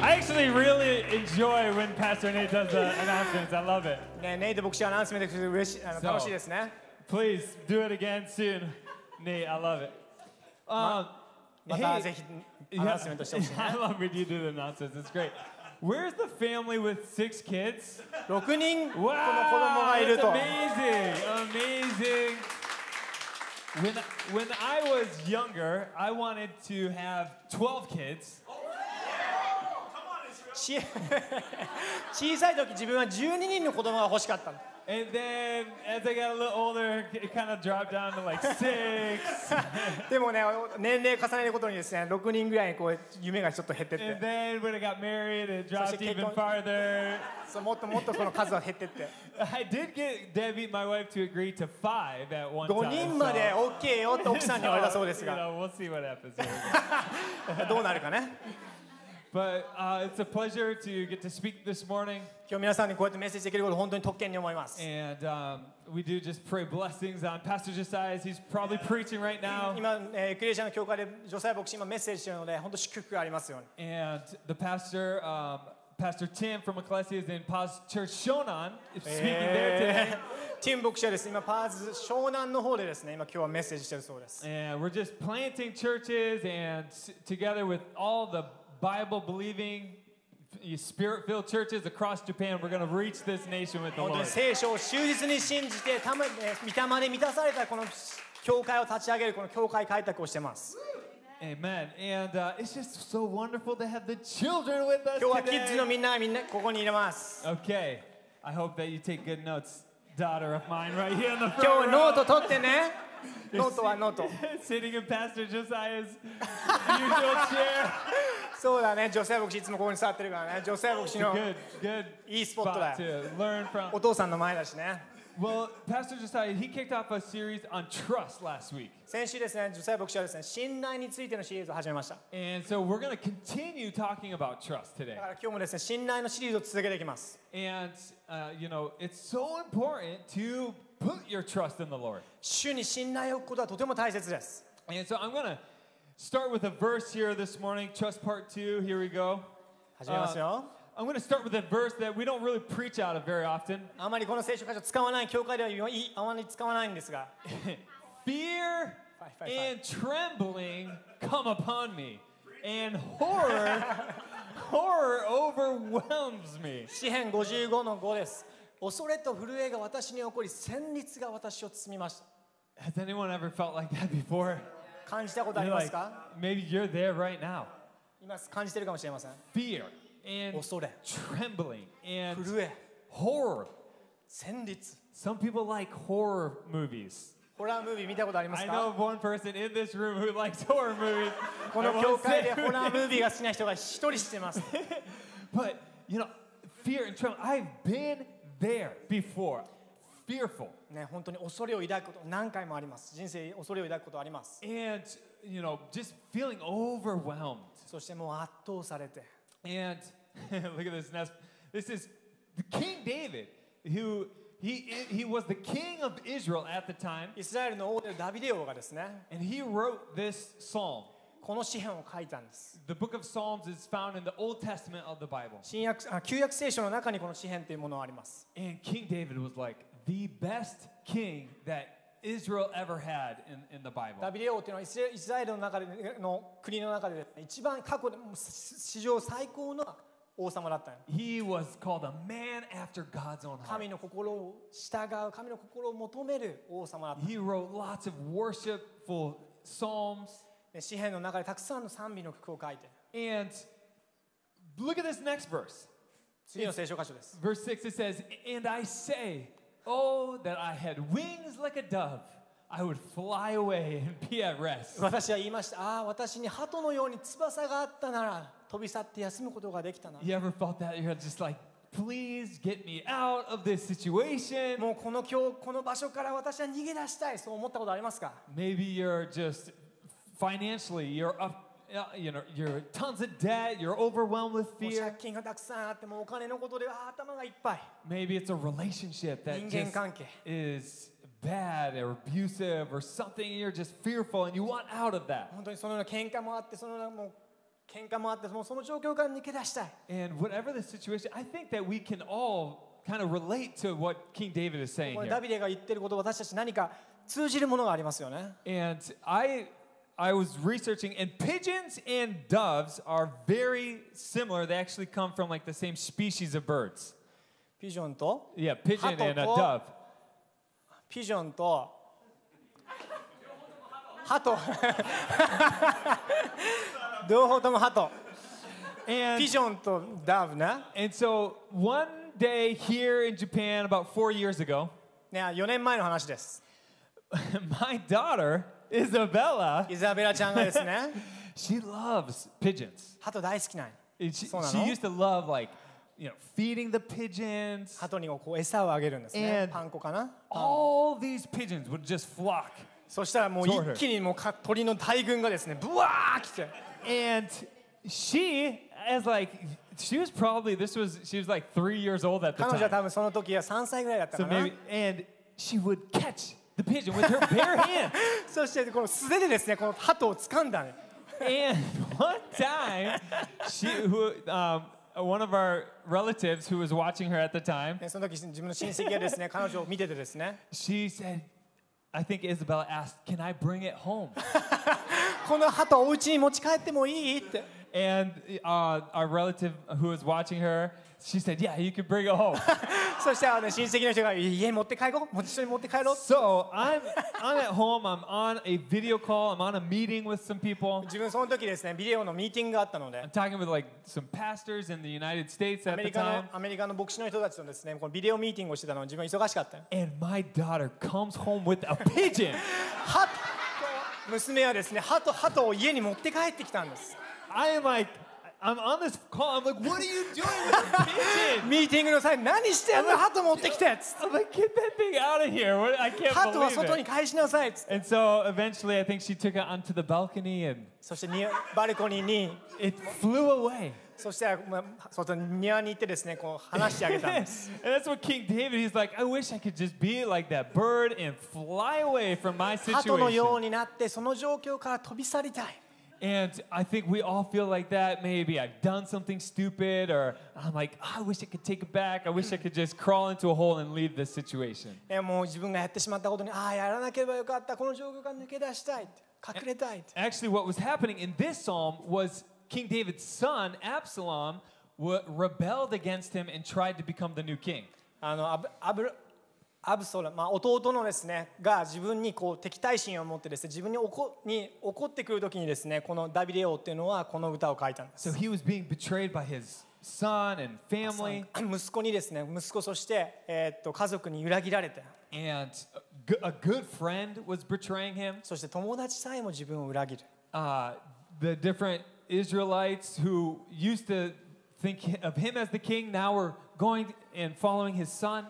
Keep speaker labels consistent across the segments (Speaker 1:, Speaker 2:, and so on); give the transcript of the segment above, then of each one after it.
Speaker 1: actually really enjoy when Pastor Nate does the announcements. I love it.
Speaker 2: ね、ネイト牧師アナウンスメントする嬉しあの
Speaker 1: So-
Speaker 2: 楽しいですね。
Speaker 1: Please do it again soon, Nate. I love it. Um,
Speaker 2: またぜひアナウンスメントしてほしい
Speaker 1: yeah,
Speaker 2: ね。
Speaker 1: I love when you do the announcements. It's great. Where's the family with six kids?
Speaker 2: 6人この子供
Speaker 1: Wow,
Speaker 2: がいる
Speaker 1: that's
Speaker 2: と。
Speaker 1: amazing, amazing. When when I was younger, I wanted to have 12 kids.
Speaker 2: ち 小さい時自分は12人の子供が欲しかったの
Speaker 1: And then as I got a little older, it kind of dropped down to like six.
Speaker 2: でもね年齢重ねることにですね6人ぐらいにこう夢がちょっと減ってっ
Speaker 1: and
Speaker 2: て
Speaker 1: then when I got married, it dropped
Speaker 2: she kicked
Speaker 1: even
Speaker 2: on-
Speaker 1: farther.
Speaker 2: そうもっともっとこの数は減ってって
Speaker 1: I did get Debbie, my wife, to agree to five at one
Speaker 2: 5
Speaker 1: time.
Speaker 2: 人まで
Speaker 1: so-
Speaker 2: OK よって奥さんに言わ れたそう
Speaker 1: so,
Speaker 2: です
Speaker 1: you
Speaker 2: が
Speaker 1: know, we'll see what happens. Here.
Speaker 2: どうなるかね
Speaker 1: But uh, it's a pleasure to get to speak this morning,
Speaker 2: 今日皆さんにこうやってメッセージできること本当に特権に思います
Speaker 1: and um, we do just pray blessings on Pastor Josiah. as He's probably preaching right now,
Speaker 2: 今、えークリエイシャンの教会で女性牧師今メッセージしてるので本当祝福がありますように
Speaker 1: and the pastor, um, Pastor Tim from Ecclesia is in Paz Church Shonan, is speaking there today.
Speaker 2: ティム牧師はですね今パーズ湘南の方でですね今今日はメッセージしてるそうです
Speaker 1: And we're just planting churches, and s- together with all the Bible-believing, Spirit-filled churches across Japan, we're going to reach this nation with the
Speaker 2: 本当に
Speaker 1: Lord.
Speaker 2: 聖書を忠実に信じてたま、えー御霊で満たされたこの教会を立ち上げるこの教会開拓をしてます
Speaker 1: Amen. And uh, it's just so wonderful to have the children with us
Speaker 2: 今日はキ
Speaker 1: today.
Speaker 2: ッズのみんながみんなここに入れます
Speaker 1: Okay. I hope that you take good notes, daughter of mine, right here in the
Speaker 2: 今日
Speaker 1: front
Speaker 2: ノ
Speaker 1: row.
Speaker 2: ート取ってねノートはノート
Speaker 1: Sitting in Pastor Josiah's usual chair.
Speaker 2: そうだね女性牧師いつもここに座ってるからね女性牧師の
Speaker 1: Good, good
Speaker 2: E
Speaker 1: spot
Speaker 2: spotlight.
Speaker 1: to learn
Speaker 2: お
Speaker 1: from.
Speaker 2: 父さんの前だしね
Speaker 1: Well, Pastor Josiah, he kicked off a series on trust last week.
Speaker 2: 先週ですね女性牧師はですね信頼についてのシリーズを始めました
Speaker 1: And so we're going to continue talking about trust today.
Speaker 2: だから今日もですね信頼のシリーズを続けていきます
Speaker 1: And, uh, you know, it's so important to put your trust in the Lord.
Speaker 2: 主に信頼を置くことはとても大切です
Speaker 1: And so I'm going to start with a verse here this morning, trust part two. Here we go.
Speaker 2: 始めますよ
Speaker 1: I'm going to start with a verse that we don't really preach out of very often.
Speaker 2: あまりこの聖書箇所使わない教会では言わいあまり使わないんですが
Speaker 1: Fear
Speaker 2: Five, five, five.
Speaker 1: and trembling come upon me, and horror, horror overwhelms me.
Speaker 2: 詩編55の5です恐れと震えが私に起こり戦慄が私を包みました
Speaker 1: Has anyone ever felt like that before?
Speaker 2: 感じたことあり
Speaker 1: You're
Speaker 2: ます
Speaker 1: like,
Speaker 2: か
Speaker 1: maybe you're there right now.
Speaker 2: 今感じてるかもしれません
Speaker 1: Fear and
Speaker 2: 恐れ
Speaker 1: trembling and
Speaker 2: 震え
Speaker 1: horror.
Speaker 2: 戦慄
Speaker 1: Some people like horror movies.
Speaker 2: ホラームービー見たことあります
Speaker 1: I know
Speaker 2: か
Speaker 1: of one person in this room who likes horror movies.
Speaker 2: こ
Speaker 1: I
Speaker 2: の
Speaker 1: won't
Speaker 2: 教
Speaker 1: say
Speaker 2: 会で
Speaker 1: who
Speaker 2: ホラ
Speaker 1: it
Speaker 2: ームービーが好きな人が一人知ってます
Speaker 1: But you know, fear and trembling. I've been there before. Fearful.
Speaker 2: ね本当に恐れを抱くこと何回もあります人生恐れを抱くことあります
Speaker 1: And you know, just feeling overwhelmed.
Speaker 2: そしてもう圧倒されて
Speaker 1: And look at this next. This is King David, who he he was the king of Israel at the time,
Speaker 2: イスラエルの王であるダビデ王がですね
Speaker 1: and he wrote this psalm.
Speaker 2: この詩篇を書いたんです
Speaker 1: The book of Psalms is found in the Old Testament of the Bible.
Speaker 2: 新約あ旧約聖書の中にこの詩篇というものはあります
Speaker 1: And King David was like the best king that Israel ever had in, in the Bible.
Speaker 2: ダビデ王というのはイスラエルイスラエルの中での国の中で一番過去でもう史上最高の王様だったの
Speaker 1: He was called a man after God's own
Speaker 2: 神
Speaker 1: heart.
Speaker 2: の心を従う神の心を求める王様だった
Speaker 1: He wrote lots of worshipful psalms.
Speaker 2: で詩篇の中でたくさんの賛美の曲を書いて
Speaker 1: And look at this next verse.
Speaker 2: 次の聖書箇所です
Speaker 1: Verse 6 it says, And I say, Oh, that I had wings like a dove, I would fly away and be at rest.
Speaker 2: 私は言いましたああ私に鳩のように翼があったなら飛び去って休むことができたな
Speaker 1: You ever felt that? You're just like, Please get me out of this situation.
Speaker 2: もうこの今日この場所から私は逃げ出したいそう思ったことありますか
Speaker 1: Maybe you're just financially, you're up, uh, you know, you're tons of debt, you're overwhelmed with
Speaker 2: もう借
Speaker 1: fear.
Speaker 2: 金がたくさんあってもうお金のことであー頭がいっぱい
Speaker 1: Maybe it's a relationship that
Speaker 2: 人間
Speaker 1: just
Speaker 2: 関係
Speaker 1: is bad or abusive or something, and you're just fearful and you want out of that.
Speaker 2: 本当にそのような喧嘩もあってそのようなもう喧嘩もあってもうその状況から抜け出したい
Speaker 1: And whatever the situation, I think that we can all kind of relate to what King David is saying
Speaker 2: これ
Speaker 1: here.
Speaker 2: ダビデが言ってること私たち何か通じるものがありますよね
Speaker 1: And I I was researching and pigeons and doves are very similar. They actually come from like the same species of birds.
Speaker 2: ピジョンと
Speaker 1: Yeah, pigeon and a
Speaker 2: Hatoko.
Speaker 1: dove.
Speaker 2: ピジョンとハト両方ともハトピ
Speaker 1: And
Speaker 2: ジョンとダーブね
Speaker 1: and so one day here in Japan about 4 years ago,
Speaker 2: ね4年前の話です
Speaker 1: my daughter Isabella,
Speaker 2: イザベラちゃんがですね
Speaker 1: she loves pigeons.
Speaker 2: ハト大好きなんよ
Speaker 1: And She, she
Speaker 2: Sonano?
Speaker 1: used to love like, you know, feeding the pigeons.
Speaker 2: ハトにこう餌をあげるんですね
Speaker 1: And-
Speaker 2: パン粉かな
Speaker 1: All these pigeons would just flock.
Speaker 2: そしたらもう
Speaker 1: そうだ
Speaker 2: 一気にもうか鳥の大群がですねブワー来て
Speaker 1: And she, as like, she was probably, this was, she was like three years old at the
Speaker 2: 彼女は
Speaker 1: time.
Speaker 2: 多分その時は3歳ぐらいだった
Speaker 1: So
Speaker 2: かな
Speaker 1: maybe, and she would catch the pigeon with her bare hand.
Speaker 2: そしてこの素手でですねこのハトを掴んだね
Speaker 1: And one time, she, who, um, one of our relatives who was watching her at the time,
Speaker 2: ねその時自分の親戚がですね彼女を見ててですね
Speaker 1: she said, I think Isabella asked, can I bring it home?
Speaker 2: このハトお家に持ち帰ってもいいって
Speaker 1: And uh, our relative who was watching her, she said, yeah, you can bring it home.
Speaker 2: そしたらね親戚の人が家持って帰ろうもう一緒に持って帰ろう
Speaker 1: So I'm I'm at home. I'm on a video call. I'm on a meeting with some people.
Speaker 2: 自分その時ですねビデオのミーティングがあったので
Speaker 1: I'm talking with like some pastors in the United States
Speaker 2: ア
Speaker 1: at
Speaker 2: メ
Speaker 1: the
Speaker 2: リカの
Speaker 1: time.
Speaker 2: アメリカの牧師の人たちとですねこのビデオミーティングをしてたの自分忙しかったよ
Speaker 1: And my daughter comes home with a pigeon.
Speaker 2: ハト娘はですねハトハトを家に持って帰ってきたんです
Speaker 1: I am like, I'm on this call. I'm like, what are you doing with a pigeon?
Speaker 2: ミーティングの際何してんのハト持ってきてっつって
Speaker 1: I'm like, get that thing out of here. What, I can't
Speaker 2: ハトは外
Speaker 1: believe
Speaker 2: に
Speaker 1: it.
Speaker 2: 返しなさいっつって
Speaker 1: And so eventually, I think she took it onto the balcony and
Speaker 2: そしてにバルコニーに
Speaker 1: it flew away.
Speaker 2: そしたら、まあ、外に庭に行ってですねこう話してあげたんで
Speaker 1: and
Speaker 2: す
Speaker 1: that's what King David, he's like, I wish I could just be like that bird and fly away from my
Speaker 2: ハトのよ
Speaker 1: situation.
Speaker 2: うになってその状況から飛び去りたい
Speaker 1: And I think we all feel like that. Maybe I've done something stupid, or I'm like, "Ah, I wish I could take it back. I wish I could just crawl into a hole and leave this situation.
Speaker 2: ねもう自分がやってしまったことにああやらなければよかったこの状況から抜け出したいって隠れたいって
Speaker 1: Actually, what was happening in this psalm was King David's son, Absalom, wa rebelled against him and tried to become the new king.
Speaker 2: あのアブアブアブソラム、まあ、弟のですねが自分にこう敵対心を持ってですね自分に怒に怒ってくるときにですねこのダビデ王っていうのはこの歌を書いたんです
Speaker 1: So he was being betrayed by his son and family.
Speaker 2: 息子にですね息子そして、えーっと家族に裏切られて
Speaker 1: and a g- a good friend was betraying him.
Speaker 2: そして友達さえも自分を裏切る
Speaker 1: Uh, the different Israelites who used to think hi- of him as the king now were going and following his son.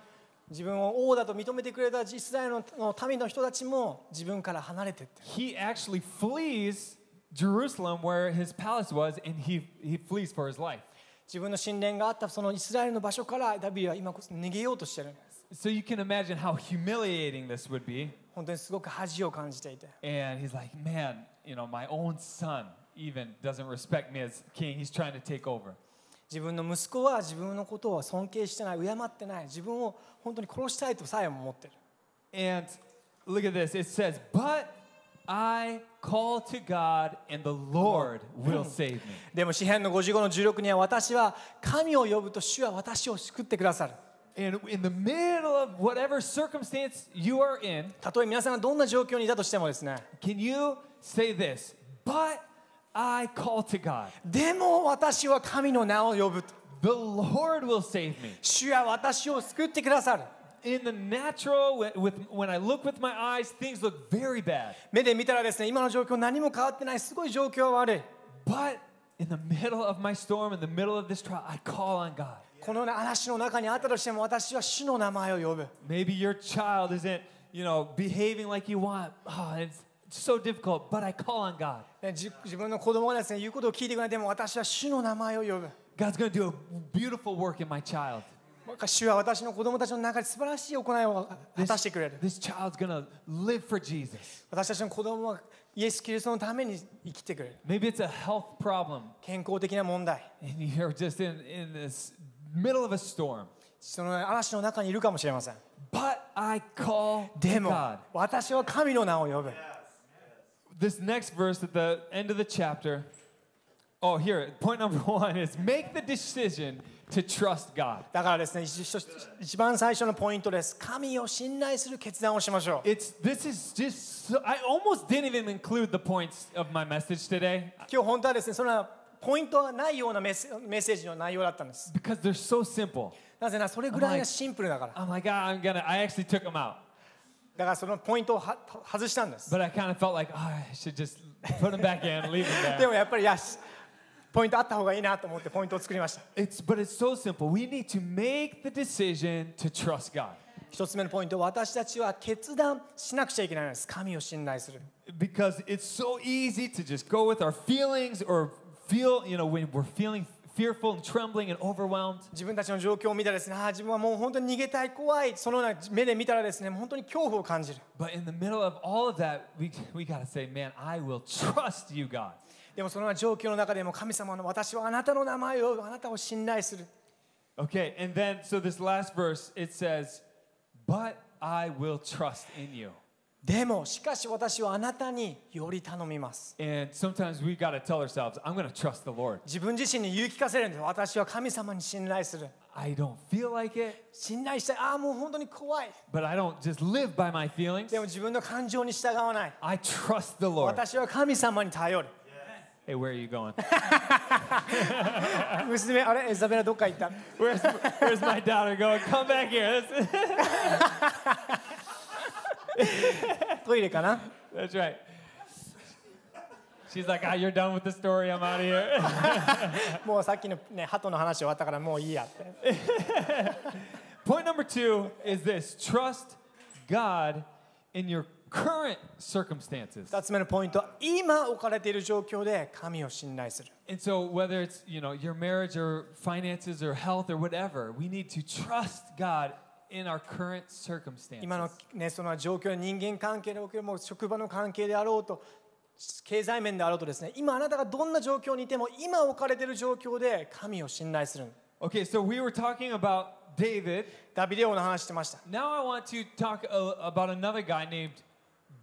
Speaker 2: 自分を王だと認めてくれたイスラエルのの民の人たちも自分から離れてって
Speaker 1: He actually flees Jerusalem, where his palace was, and he, he flees for his life.
Speaker 2: 自分の信念があったそのイスラエルの場所からダビデは今こそ逃げようとしてるんです
Speaker 1: So you can imagine how humiliating this would be.
Speaker 2: 本当にすごく恥を感じていて
Speaker 1: And he's like, man, you know, my own son even doesn't respect me as king. He's trying to take over.
Speaker 2: 自分の息子は自分のことを尊敬してない敬ってない自分を本当に殺したいとさえも思ってる
Speaker 1: And look at this. It says, But I call to God, and the Lord will save me.
Speaker 2: でも詩篇の55の16には私は神を呼ぶと主は私を救ってくださる
Speaker 1: And in the middle of whatever circumstance you are in,
Speaker 2: たとえ皆さんがどんな状況にいたとしてもですね
Speaker 1: can you say this? But I call to God.
Speaker 2: でも私は神の名を呼ぶと
Speaker 1: The Lord will save me.
Speaker 2: 主は私を救ってくださる
Speaker 1: In the natural, with, with, when I look with my eyes, things look very bad.
Speaker 2: 目で見たらですね今の状況何も変わってないすごい状況は悪い
Speaker 1: But in the middle of my storm, in the middle of this trial, I call on God.
Speaker 2: この嵐の中にあったとしても私は主の名前を呼ぶ
Speaker 1: Maybe your child isn't, you know, behaving like you want. Oh, it's so difficult, but I call on God.
Speaker 2: ねじ自分の子供がですね言うことを聞いてくれないでも私は主の名前を呼ぶ
Speaker 1: God's going to do a beautiful work in my child.
Speaker 2: 主は私の子供たちの中で素晴らしい行いを果たしてくれる
Speaker 1: This child's going to live for Jesus.
Speaker 2: 私たちの子供はイエス・キリストのために生きてくれる
Speaker 1: Maybe it's a health problem
Speaker 2: 健康的な問題
Speaker 1: and you're just in, in this middle of a storm.
Speaker 2: その嵐の中にいるかもしれません
Speaker 1: But I call to
Speaker 2: でも
Speaker 1: God.
Speaker 2: 私は神の名を呼ぶ
Speaker 1: This next verse at the end of the chapter. Oh, here, point number one is make the decision to trust God.
Speaker 2: だからですね一緒一番最初のポイントです神を信頼する決断をしましょう
Speaker 1: It's this is just so, I almost didn't even include the points of my message today
Speaker 2: 今日本当はですねそんなポイントはないようなメッセメッセージの内容だったんです
Speaker 1: because they're so simple.
Speaker 2: なぜならそれぐらいがシンプルだからだ
Speaker 1: I'm like, ah, I'm gonna. I actually took them out,
Speaker 2: からそのポイントをは外したんです
Speaker 1: but I kind of felt like, oh, I should just put them back in, leave them
Speaker 2: で
Speaker 1: there.
Speaker 2: もやっぱりいやしポイントあった方がいいなと思ってポイントを作りました
Speaker 1: It's but it's so simple. We need to make the decision to trust God
Speaker 2: 一つ目のポイント私たちは決断しなくちゃいけないのです神を信頼する
Speaker 1: because it's so easy to just go with our feelings or feel, you know, when we're feeling fearful and trembling and overwhelmed.
Speaker 2: 自分たちの状況を見たらですねああ自分はもう本当に逃げたい怖いそのような目で見たらですねもう本当に恐怖を感じる
Speaker 1: But in the middle of all of that, we we gotta say, man, I will trust you, God.
Speaker 2: でもそのような状況の中でも神様の私はあなたの名前をあなたを信頼する
Speaker 1: Okay, and then so this last verse it says, "But I will trust in you."
Speaker 2: でもしかし私はあなたにより頼みます
Speaker 1: And sometimes we got to tell ourselves, I'm going to trust the Lord.
Speaker 2: 自分自身に言い聞かせるんです私は神様に信頼する
Speaker 1: I don't feel like it,
Speaker 2: 信頼したいああもう本当に怖い
Speaker 1: but I don't just live by my feelings.
Speaker 2: でも自分の感情に従わない
Speaker 1: I trust the Lord.
Speaker 2: 私は神様に頼る
Speaker 1: Hey, where are you going?
Speaker 2: 娘あれエザベラどっか行った
Speaker 1: Where's, where's my daughter going? Come back here. That's,
Speaker 2: トイレかな
Speaker 1: that's right. She's like, ah, you're done with the story. I'm out of here.
Speaker 2: もうさっきのね鳩の話終わったからもういいやって
Speaker 1: Point number two is this trust God in your current circumstances.
Speaker 2: 2つ目のポイントは今置かれている状況で神を信頼する
Speaker 1: And so whether it's, you know, your marriage or finances or health or whatever, we need to trust God in our current
Speaker 2: 今
Speaker 1: circumstances.
Speaker 2: のねその状況人間関係におけるもう職場の関係であろうと経済面であろうとですね今あなたがどんな状況にいても今置かれている状況で神を信頼する
Speaker 1: Okay, so we were talking about David.
Speaker 2: ダビデオの話してました
Speaker 1: Now I want to talk uh, about another guy named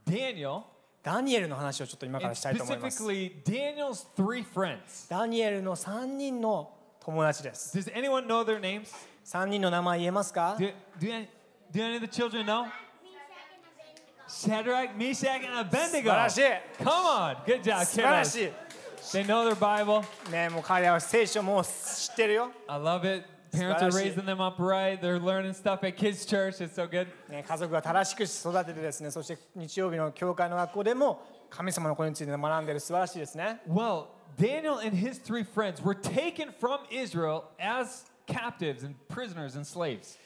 Speaker 1: Daniel,
Speaker 2: ダニエルの話をちょっと今から
Speaker 1: and
Speaker 2: したいと思います
Speaker 1: specifically Daniel's three friends.
Speaker 2: ダニエルの3人の友達です。
Speaker 1: Does anyone know their names?
Speaker 2: 3人の名前言えますか
Speaker 1: Do, do, any, do any of the children know? Shadrach, Meshach, and
Speaker 2: 素
Speaker 1: Abednego.
Speaker 2: 晴らしい
Speaker 1: Come on, good job,
Speaker 2: 素晴ら
Speaker 1: kiddos.
Speaker 2: し
Speaker 1: They know their Bible.
Speaker 2: いねもう彼らは聖書もう知ってるよ、
Speaker 1: I love it. Parents are
Speaker 2: Splash it.
Speaker 1: raising them up right. They're learning stuff at kids' church. It's so good.
Speaker 2: ね、家族が正しく育ててですねそして日曜日の教会の学校でも神様のことについて学んでる素晴らしいですね
Speaker 1: Well, Daniel and his three friends were taken from Israel as captives and prisoners and slaves.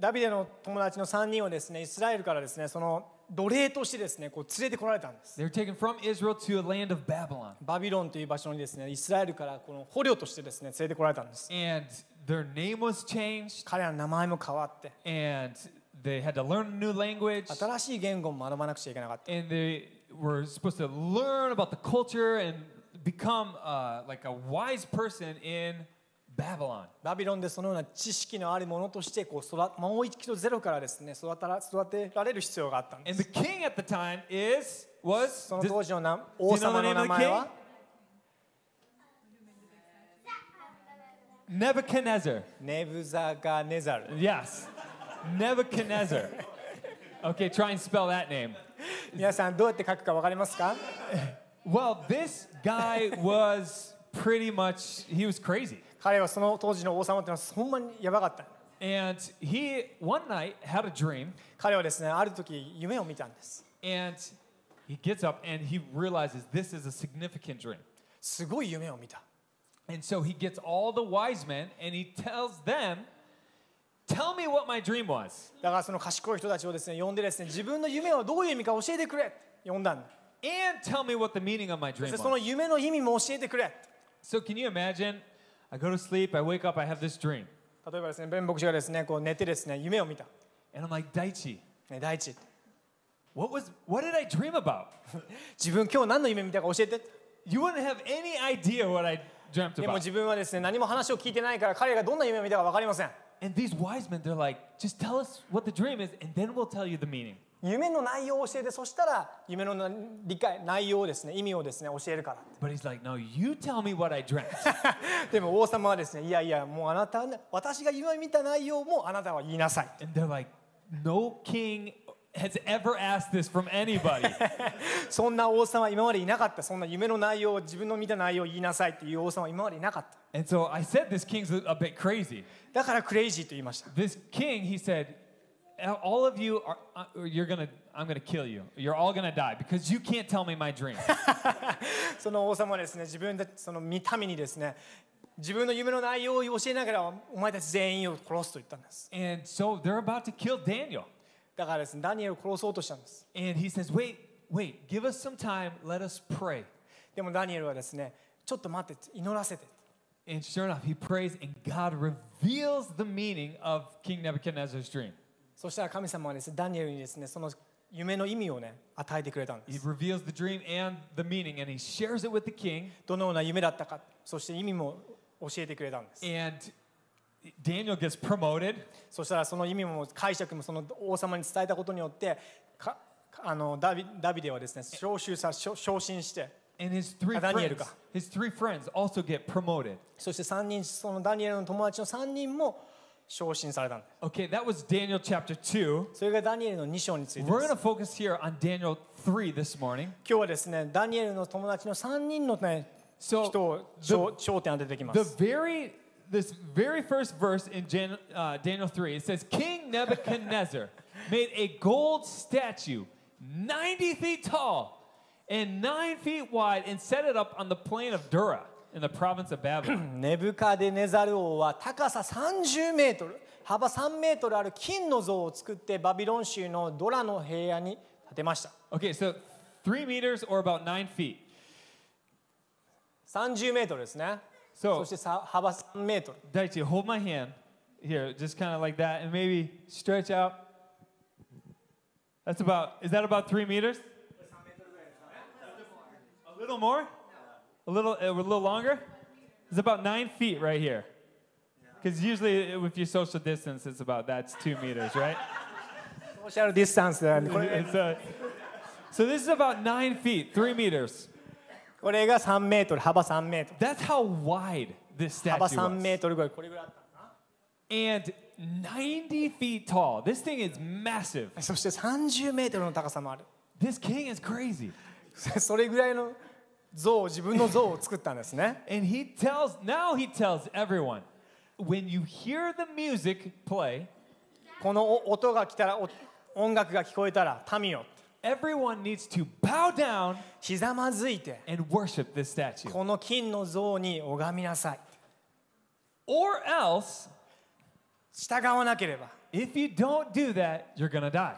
Speaker 2: ダビデの友達の3人をですねイスラエルからですねその奴隷としてですねこう連れてこられたんです
Speaker 1: They were taken from Israel to a land of Babylon.
Speaker 2: バビロンという場所にですねイスラエルからこの捕虜としてですね連れてこられたんです
Speaker 1: And their name was changed,
Speaker 2: 彼らの名前も変わって
Speaker 1: and they had to learn a new language,
Speaker 2: 新しい言語も学ばなくちゃいけなかった
Speaker 1: and they were supposed to learn about the culture and become uh, like a wise person in Babylon.
Speaker 2: バビロンでそのような知識のあるものとしてこう育もう一度ゼロからですね育たら育てられる必要があったんで
Speaker 1: And
Speaker 2: す
Speaker 1: the king at the time is was
Speaker 2: その
Speaker 1: Dis-
Speaker 2: 当時のな
Speaker 1: Do you
Speaker 2: 王
Speaker 1: know
Speaker 2: 様
Speaker 1: the name
Speaker 2: の名
Speaker 1: of the
Speaker 2: 前
Speaker 1: king?
Speaker 2: は
Speaker 1: Nebuchadnezzar.
Speaker 2: ネブザガネザル
Speaker 1: Yes. Nebuchadnezzar. Okay, try and spell that name.
Speaker 2: 皆さんどうやって書くか分かりますか
Speaker 1: Well, this guy was pretty much he was crazy.
Speaker 2: 彼はその当時の王様っていうのはほんまにやばかった
Speaker 1: And he one night had a dream
Speaker 2: 彼はですねある時夢を見たんです
Speaker 1: and he gets up and he realizes this is a significant dream.
Speaker 2: すごい夢を見た
Speaker 1: And so he gets all the wise men and he tells them, "Tell me what my dream was."
Speaker 2: だからその賢い人たちをですね呼んでですね自分の夢はどういう意味か教えてくれって呼んだんだ
Speaker 1: and tell me what the meaning of my
Speaker 2: そ
Speaker 1: dream
Speaker 2: してその
Speaker 1: was.
Speaker 2: 夢の意味も教えてくれ
Speaker 1: So can you imagine? I go to sleep, I wake up, I have this dream.
Speaker 2: 例えばですね弁牧師がですねこう寝てですね夢を見た、
Speaker 1: And I'm like, Daichi,
Speaker 2: ね、第一
Speaker 1: What was what did I dream about?
Speaker 2: 自分今日何の夢見たか教えて
Speaker 1: You wouldn't have any idea what I dreamt
Speaker 2: でも
Speaker 1: about.
Speaker 2: 自分はですね何も話を聞いてないから彼がどんな夢を見たか分かりません
Speaker 1: And these wise men, they're like, just tell us what the dream is, and then we'll tell you the meaning.
Speaker 2: 夢の内容を教えてそしたら夢のな理解内容をですね意味をですね教えるから
Speaker 1: But he's like, no, you tell me what I dreamt.
Speaker 2: でも王様はですねいやいやもうあなた私が夢見た内容もあなたは言いなさい
Speaker 1: and they're like, no king has ever asked this from anybody.
Speaker 2: そんな王様は今までいなかったそんな夢の内容を自分の見た内容を言いなさいっていう王様は今までいなかった
Speaker 1: and so I said, this king's a, a bit crazy.
Speaker 2: だからクレイジーと言いました
Speaker 1: This king, he said, all of you are, uh, you're gonna, I'm gonna kill you. You're all gonna die because you can't tell me my dream.
Speaker 2: その王様はですね自分たちその見た目にですね自分の夢の内容を教えながらお前たち全員を殺すと言ったんです
Speaker 1: and so they're about to kill Daniel.
Speaker 2: だからですねダニエルを殺そうとしたんです
Speaker 1: And he says, wait, wait, give us some time. Let us pray.
Speaker 2: でもダニエルはですねちょっと待って祈らせて
Speaker 1: And sure enough, he prays, and God reveals the meaning of King Nebuchadnezzar's dream.
Speaker 2: そしたら神様はですねダニエルにですねその夢の意味をね与えてくれたんで
Speaker 1: He
Speaker 2: す
Speaker 1: reveals the dream and the meaning, and he shares it with the king.
Speaker 2: どのような夢だったかそして意味も教えてくれたんです
Speaker 1: And Daniel gets promoted,
Speaker 2: そしたらその意味も解釈もその王様に伝えたことによってかあのダビダビデはですね召集さ昇昇進して
Speaker 1: and his three
Speaker 2: Ah, Daniel
Speaker 1: friends,
Speaker 2: ka.
Speaker 1: his three friends also get promoted.
Speaker 2: そして3人そのダニエルの友達の3人も昇進されたんで
Speaker 1: Okay, that was Daniel chapter two.
Speaker 2: すそれがダニエルの2章についてで
Speaker 1: We're
Speaker 2: す
Speaker 1: gonna focus here on Daniel three this morning.
Speaker 2: 今日はですねダニエルの友達の3人のね人
Speaker 1: So
Speaker 2: を焦焦点当てていきま
Speaker 1: the
Speaker 2: す
Speaker 1: very this very first verse in Jan, uh, Daniel three it says King Nebuchadnezzar made a gold statue ninety feet tall and nine feet wide and set it up on the plain of Dura in the province of Babylon.
Speaker 2: ネブカデネザル王は高さ30メートル幅3メートルある金の像を作ってバビロン州のドラの平野に建てました
Speaker 1: Okay, so three meters or about nine feet.
Speaker 2: 30メートルですねそ
Speaker 1: So,
Speaker 2: してさ幅3メートル
Speaker 1: Daichi, hold my hand here, just kind of like that, and maybe stretch out. That's about, is that about three meters? A little more? A little, a little longer? It's about nine feet right here. Because usually, if you social distance, it's about that's two meters, right?
Speaker 2: ソーシャルディスタンスなんでこれ
Speaker 1: It's, uh, so this is about nine feet, three meters.
Speaker 2: これが3メートル幅3メート
Speaker 1: That's how wide this
Speaker 2: ル幅
Speaker 1: statue
Speaker 2: 3
Speaker 1: was.
Speaker 2: メートルぐらいこれぐらいあった
Speaker 1: and 90 feet tall. This thing is massive.
Speaker 2: そして30メートルの高さもある
Speaker 1: This king is crazy.
Speaker 2: それぐらいの像を自分の像を作ったんですね
Speaker 1: And he tells, now he tells everyone, when you hear the music play,
Speaker 2: このお音が来たらお音楽が聞こえたら民よ
Speaker 1: everyone needs to bow down
Speaker 2: ひざまずいて
Speaker 1: and worship this statue.
Speaker 2: この金の像に拝みなさい
Speaker 1: Or else,
Speaker 2: 従わなければ
Speaker 1: if you don't do that, you're gonna die.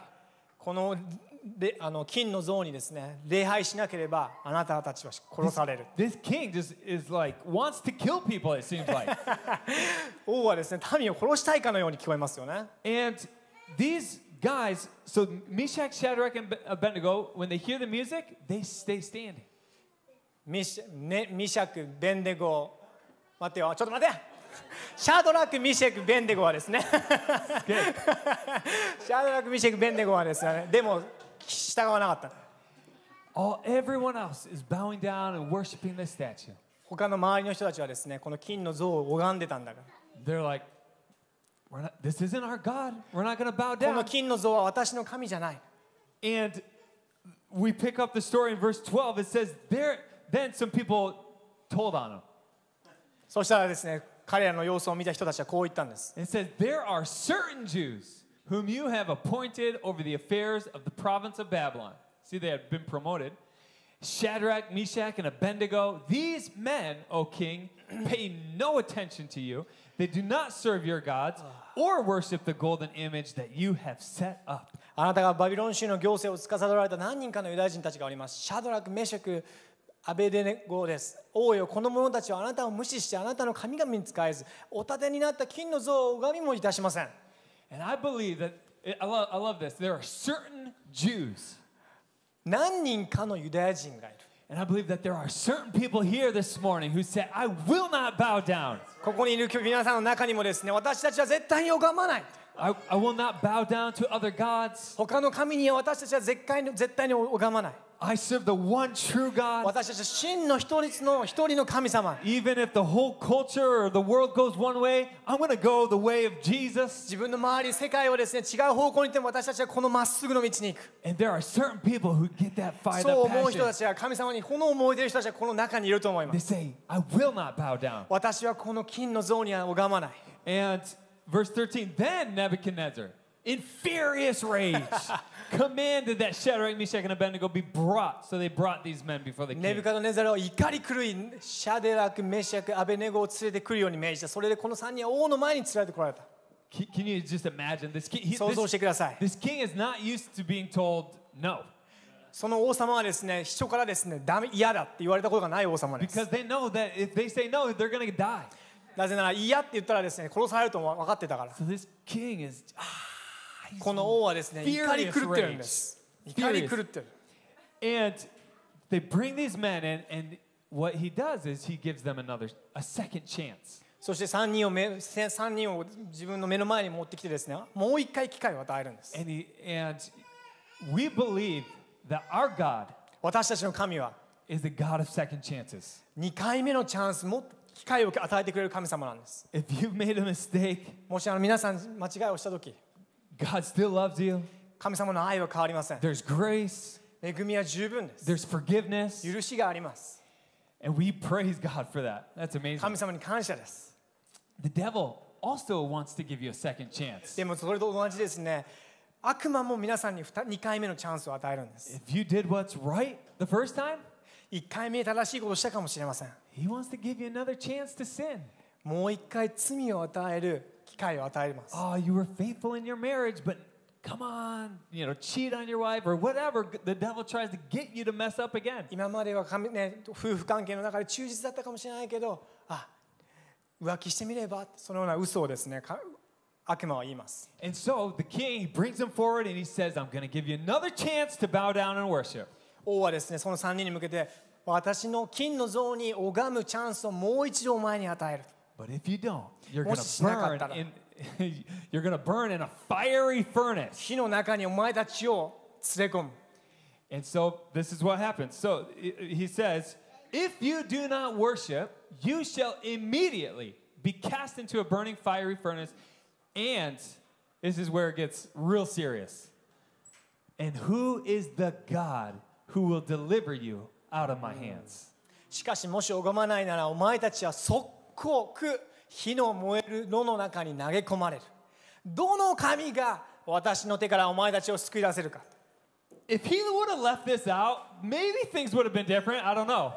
Speaker 2: このであの金の像にですね礼拝しなければあなたたちは殺される
Speaker 1: This king just is like, wants to kill people, it seems like.
Speaker 2: 王はですね民を殺したいかのように聞こえますよね
Speaker 1: and these guys, so Meshach, Shadrach, and Abednego, when they hear the music, they stay standing.
Speaker 2: ミシ,、ね、ミシャク・ベンデゴ待ってよちょっと待ってシャドラック・ミシェク・ベンデゴはですね
Speaker 1: Good.
Speaker 2: シャドラック・ミシェク・ベンデゴはですねでも従わなかった
Speaker 1: All everyone else is bowing down and worshiping this statue.
Speaker 2: 他の周りの人たちはですねこの金の像を拝んでたんだか
Speaker 1: They're like, We're not, this isn't our God. We're not going to bow
Speaker 2: らこの
Speaker 1: down.
Speaker 2: 金の像は私の神じゃない
Speaker 1: And we pick up the story in verse 12. It says, there, Then some people told on him.
Speaker 2: そしたらですね彼らの様子を見た人たちはこう言ったんです
Speaker 1: It says, There are certain Jews whom you have appointed over the affairs of the province of Babylon. See, they had been promoted. Shadrach, Meshach, and Abednego, these men, O king, pay no attention to you. They do not serve your gods or worship the golden image that you have set up.
Speaker 2: あなたがバビロン州の行政を司られた何人かのユダヤ人たちがおりますシャドラック・メシェクアベデネゴです王よこの者たちはあなたを無視してあなたの神々に仕えずお立てになった金の像を拝みもいたしません
Speaker 1: And I believe that, I love, I love this. There are certain Jews.
Speaker 2: 何人かのユダヤ人がいる
Speaker 1: And I believe that there are certain people here this morning who said, I will not bow down.
Speaker 2: ここにいる皆さんの中にもですね私たちは絶対に拝まない
Speaker 1: I, I will not bow down to other gods.
Speaker 2: 他の神には私たちは絶対に絶対に拝まない
Speaker 1: I serve the one true God.
Speaker 2: 私たちは真の一律の一人の神様
Speaker 1: Even if the whole culture or the world goes one way, I'm going to go the way of Jesus.
Speaker 2: 自分の周り世界をですね違う方向に行っても私たちはこのまっすぐの道に行く
Speaker 1: And there are certain people who get that fire,
Speaker 2: そう
Speaker 1: that
Speaker 2: 思う人た
Speaker 1: passion.
Speaker 2: ちは神様に炎を燃えている人たちはこの中にいると思いま
Speaker 1: They
Speaker 2: す
Speaker 1: say, I will not bow down.
Speaker 2: 私はこの金の像には拝まない
Speaker 1: And verse 13, then Nebuchadnezzar, in furious rage, commanded that Shadrach, Meshach, and Abednego be brought. So they brought these men before the
Speaker 2: ネブ
Speaker 1: king.
Speaker 2: カドネザルは怒り狂いシャデラクメシャクアベネゴを連れてくるように命じたそれでこの3人は王の前に連れてこられた
Speaker 1: Can, can you just imagine this king? he-
Speaker 2: 想像し
Speaker 1: this,
Speaker 2: てください
Speaker 1: this king is not used to being told no
Speaker 2: その王様はですね秘書からですねダメ嫌だって言われたことがない王様です
Speaker 1: because they know that if they say no, they're going to die.
Speaker 2: なぜなら嫌って言ったらですね殺されるとも分かってたから
Speaker 1: So this king is. ah,
Speaker 2: この王はですね
Speaker 1: Furious
Speaker 2: 怒り狂ってるんです怒り狂ってる
Speaker 1: And they bring these men in, and what he does is he gives them another, a second chance.
Speaker 2: そして3人をめせ三人を自分の目の前に持ってきてですねもう一回機会を与えるんです
Speaker 1: And, he, and we believe that our God
Speaker 2: 私たちの神は
Speaker 1: is the God of second chances.
Speaker 2: 2回目のチャンスも機会を与えてくれる神様なんです
Speaker 1: If you've made a mistake,
Speaker 2: もしあの皆さん間違いをした時
Speaker 1: God still loves you.
Speaker 2: 神様の愛は変わりません
Speaker 1: There's grace,
Speaker 2: 恵みは十分です
Speaker 1: there's forgiveness.
Speaker 2: 許しがあります
Speaker 1: And we praise God for that. That's amazing.
Speaker 2: 神様に感謝です
Speaker 1: The devil also wants to give you a second chance.
Speaker 2: でもそれと同じですね悪魔も皆さんに 2, 回目のチャンスを与えるんです。
Speaker 1: If you did what's right the first time,
Speaker 2: 1回目正しいことをしたかもしれません。
Speaker 1: he wants to give you another chance to sin.
Speaker 2: もう1回罪を与える機会を与えます。
Speaker 1: Oh, you were faithful in your marriage, but come on, you know, cheat on your wife or whatever. The devil tries to get you to mess up again.
Speaker 2: 今までは神、ね、夫婦関係の中で忠実だったかもしれないけど、あ浮気してみればそのような嘘をですね、か悪魔は言います。
Speaker 1: And so the king he brings him forward and he says, I'm going to give you another chance to bow down and worship.
Speaker 2: 王はですね、その3人に向けて、私の金の像に拝むチャンスをもう一度お前に与える。
Speaker 1: But if you don't, you're going to
Speaker 2: もししなかったら。
Speaker 1: burn in, you're going to burn in a fiery furnace.
Speaker 2: 火の中にお前たちを連れ込む。
Speaker 1: And so this is what happens. So i- i- he says, If you do not worship, you shall immediately be cast into a burning fiery furnace. And this is where it gets real serious. And who is the God who will deliver you out of my hands?
Speaker 2: しかしもし拝まないならお前たちは即刻火の燃える炉の中に投げ込まれるどの神が私の手からお前たちを救い出せるか
Speaker 1: If he would have left this out, maybe things would have been different. I don't know.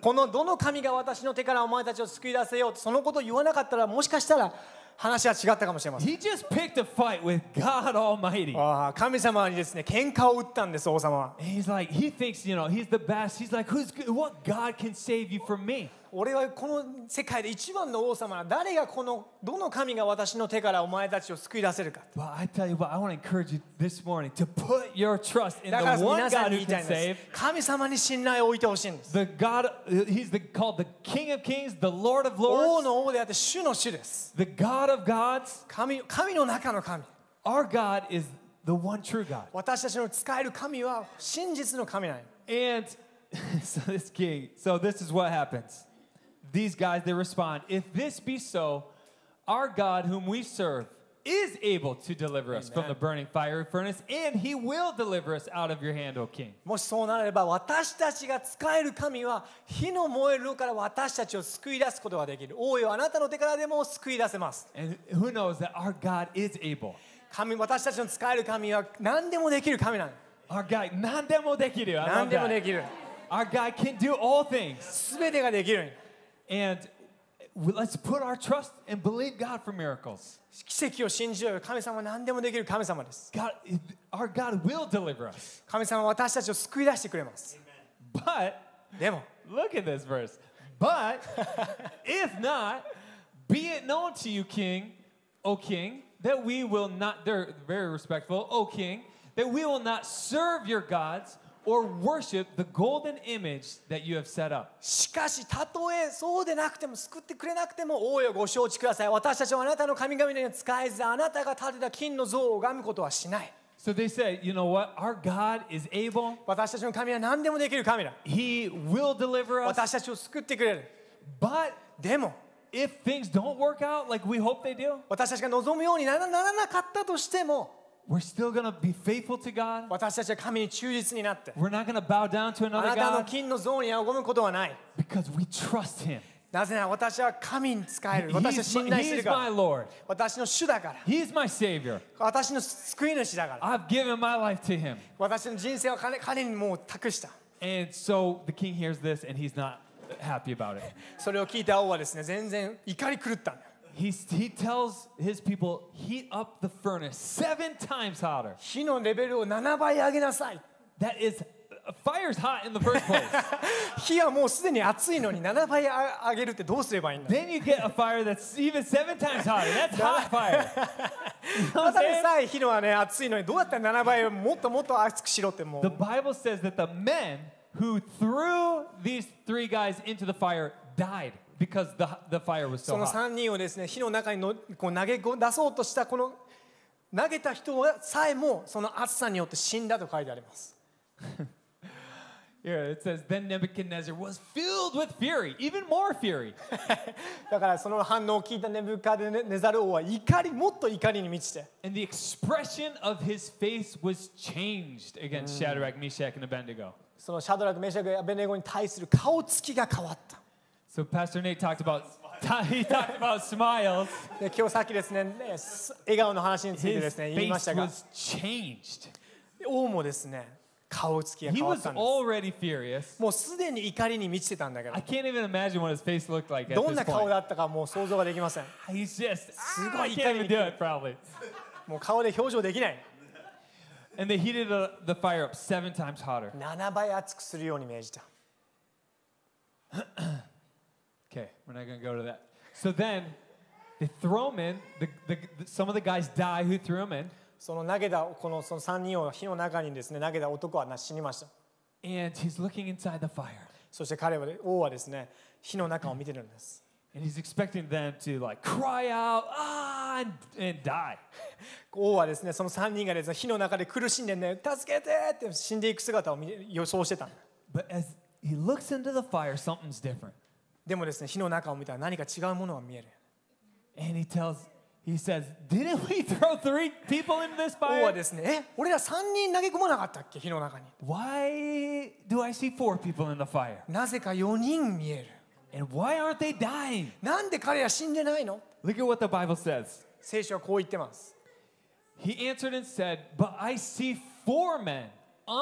Speaker 2: このどの神が私の手からお前たちを救い出せようとそのことを言わなかったらもしかしたら話は違ったかもしれません
Speaker 1: He just picked a fight with God Almighty.
Speaker 2: ああ神様にですね喧嘩を打ったんです王様は
Speaker 1: And he's like, he thinks, you know, he's the best. He's like, who's good? What God can save you from me?
Speaker 2: 俺はこの世界で一番の王様だ誰がこのどの神が私の手からお前たちを救い出せるか
Speaker 1: Well, I tell you what, I want to encourage you this morning to put your trust in
Speaker 2: だ
Speaker 1: the
Speaker 2: から
Speaker 1: one
Speaker 2: 皆さ
Speaker 1: God
Speaker 2: ん
Speaker 1: who
Speaker 2: に言いた
Speaker 1: can
Speaker 2: いんで
Speaker 1: save.
Speaker 2: す神様に信頼を置いてほしいんです
Speaker 1: The God, he's the, called the King of Kings, the Lord of
Speaker 2: 王
Speaker 1: Lords,
Speaker 2: の王であって主の主です
Speaker 1: the God of Gods.
Speaker 2: 神神の中の神
Speaker 1: Our God is the one true God.
Speaker 2: 私たちの使える神は真実の神なんよ
Speaker 1: And so this king, so this is what happens. These guys, they respond, if this be so, our God whom we serve is able to deliver us from
Speaker 2: Amen.
Speaker 1: the burning fiery furnace, and he will deliver us out of your hand, O king.
Speaker 2: もしそうなれば私たちが使える神は火の燃える炉から私たちを救い出すことができる王よあなたの手からでも救い出せます
Speaker 1: And who knows that our God is able.
Speaker 2: 神私たちの使える神は何でもできる神なの
Speaker 1: Our God, 何でもできる。I
Speaker 2: 何
Speaker 1: love
Speaker 2: でもで
Speaker 1: that.
Speaker 2: きる
Speaker 1: Our God can do all things.
Speaker 2: 全てができるんよ
Speaker 1: And we- let's put our trust and believe God for miracles.
Speaker 2: 奇跡を信じようよ神様は何でもできる神様です
Speaker 1: God, our God will deliver us.
Speaker 2: 神様は私たちを救い出してくれます
Speaker 1: But
Speaker 2: でも
Speaker 1: Look at this verse. But if not, be it known to you, King, O King, that we will not, they're very respectful, O King, that we will not serve your gods or worship the golden image that you have set up.
Speaker 2: しかしたとえそうでなくても救ってくれなくても王よご承知ください私たちはあなたの神々に使えずあなたが建てた金の像を拝むことはしない
Speaker 1: So they said, you know what? Our God is able.
Speaker 2: 私たちの神は何でもできる神だ
Speaker 1: He will deliver us.
Speaker 2: 私たちを救ってくれる
Speaker 1: But
Speaker 2: でも
Speaker 1: if things don't work out like we hope they do,
Speaker 2: 私たちが望むようにならならなかったとしても
Speaker 1: we're still going to be faithful to God.
Speaker 2: 私たちは神に忠実になって
Speaker 1: We're not going to bow down to
Speaker 2: あ
Speaker 1: another
Speaker 2: なたの
Speaker 1: God
Speaker 2: 金の像に拝むことはない
Speaker 1: because we trust Him.
Speaker 2: なぜなら私は神に仕える私は
Speaker 1: He's
Speaker 2: 信
Speaker 1: my,
Speaker 2: 頼してる
Speaker 1: he's
Speaker 2: か
Speaker 1: my
Speaker 2: ら
Speaker 1: Lord.
Speaker 2: 私の主だから
Speaker 1: He's my Savior.
Speaker 2: 私の救い主だから
Speaker 1: I've given my life to Him.
Speaker 2: 私の人生は彼彼にもう託した
Speaker 1: And so the king hears this and he's not happy about it.
Speaker 2: それを聞いた王はですね全然怒り狂ったんだ
Speaker 1: He, he tells his people, heat up the furnace seven times hotter.
Speaker 2: 火のレベルを7倍上げなさい
Speaker 1: That is, uh, fire's hot in the first place.
Speaker 2: 火はもうすでに熱いのに7倍あ上げるってどうすればいいんだ
Speaker 1: then you get a fire that's even seven times hotter. That's hot fire. You know what I'm
Speaker 2: ただで
Speaker 1: saying?
Speaker 2: さえ火のはね熱いのにどうやったら7倍をもっともっと熱くしろっても
Speaker 1: The
Speaker 2: う
Speaker 1: Bible says that the men who threw these three guys into the fire died because the, the fire was
Speaker 2: そ
Speaker 1: so
Speaker 2: の
Speaker 1: hot.
Speaker 2: 3人をですね火の中にのこう投げこ出そうとしたこの投げた人さえもその暑さによって死んだと書いてあります
Speaker 1: Here it says, Then Nebuchadnezzar was filled with fury, even more fury.
Speaker 2: だからその反応を聞いたネブカデネザル王は怒りもっと怒りに満ちて
Speaker 1: And the expression of his face was changed against Shadrach, Meshach, and Abednego.
Speaker 2: そのシャドラクメシャクアベネゴに対する顔つきが変わった
Speaker 1: So Pastor Nate talked about he talked about smiles.
Speaker 2: で今日さっきですねねす笑顔の話についてで
Speaker 1: His
Speaker 2: すね言いまし
Speaker 1: face
Speaker 2: たが
Speaker 1: was changed.
Speaker 2: 王もですね顔つきが
Speaker 1: He
Speaker 2: 変わっ
Speaker 1: was
Speaker 2: たんです
Speaker 1: already furious.
Speaker 2: もうすでに怒りに満ちてたんだけど
Speaker 1: I can't even imagine what his face looked like at
Speaker 2: どんな
Speaker 1: this
Speaker 2: 顔
Speaker 1: point.
Speaker 2: だったかもう想像ができません
Speaker 1: He's just, "Ah,
Speaker 2: ごい
Speaker 1: I can't even
Speaker 2: 怒りに
Speaker 1: do it probably.
Speaker 2: もう顔で表情できない
Speaker 1: And they heated uh, the fire up seven times hotter.
Speaker 2: 7倍熱くするように命じた
Speaker 1: Okay, we're not gonna go to that. So then they throw him in. The, the, the- some of the guys die who threw him in.
Speaker 2: その投げたこのその3人を火の中にですね投げた男はな死にました
Speaker 1: And he's looking inside the fire.
Speaker 2: そして彼は王はですね火の中を見てるんです
Speaker 1: And he's expecting them to like cry out, ah, and, and die.
Speaker 2: 王はですねその3人がですね火の中で苦しんでね助けてって死んでいく姿を見予想してた
Speaker 1: But as he looks into the fire, something's different.
Speaker 2: でもですね火の中を見たら何か違うものが見える
Speaker 1: And he tells, he says, Didn't we throw three people into this
Speaker 2: 王は
Speaker 1: fire?
Speaker 2: ですねえ俺ら3人投げ込まなかったっけ火の中に
Speaker 1: Why do I see four people in the fire?
Speaker 2: なぜか4人見える
Speaker 1: And why aren't they dying?
Speaker 2: なんで彼ら死んでないの
Speaker 1: Look at what the Bible says.
Speaker 2: 聖書はこう言ってます
Speaker 1: He answered and said, But I see four men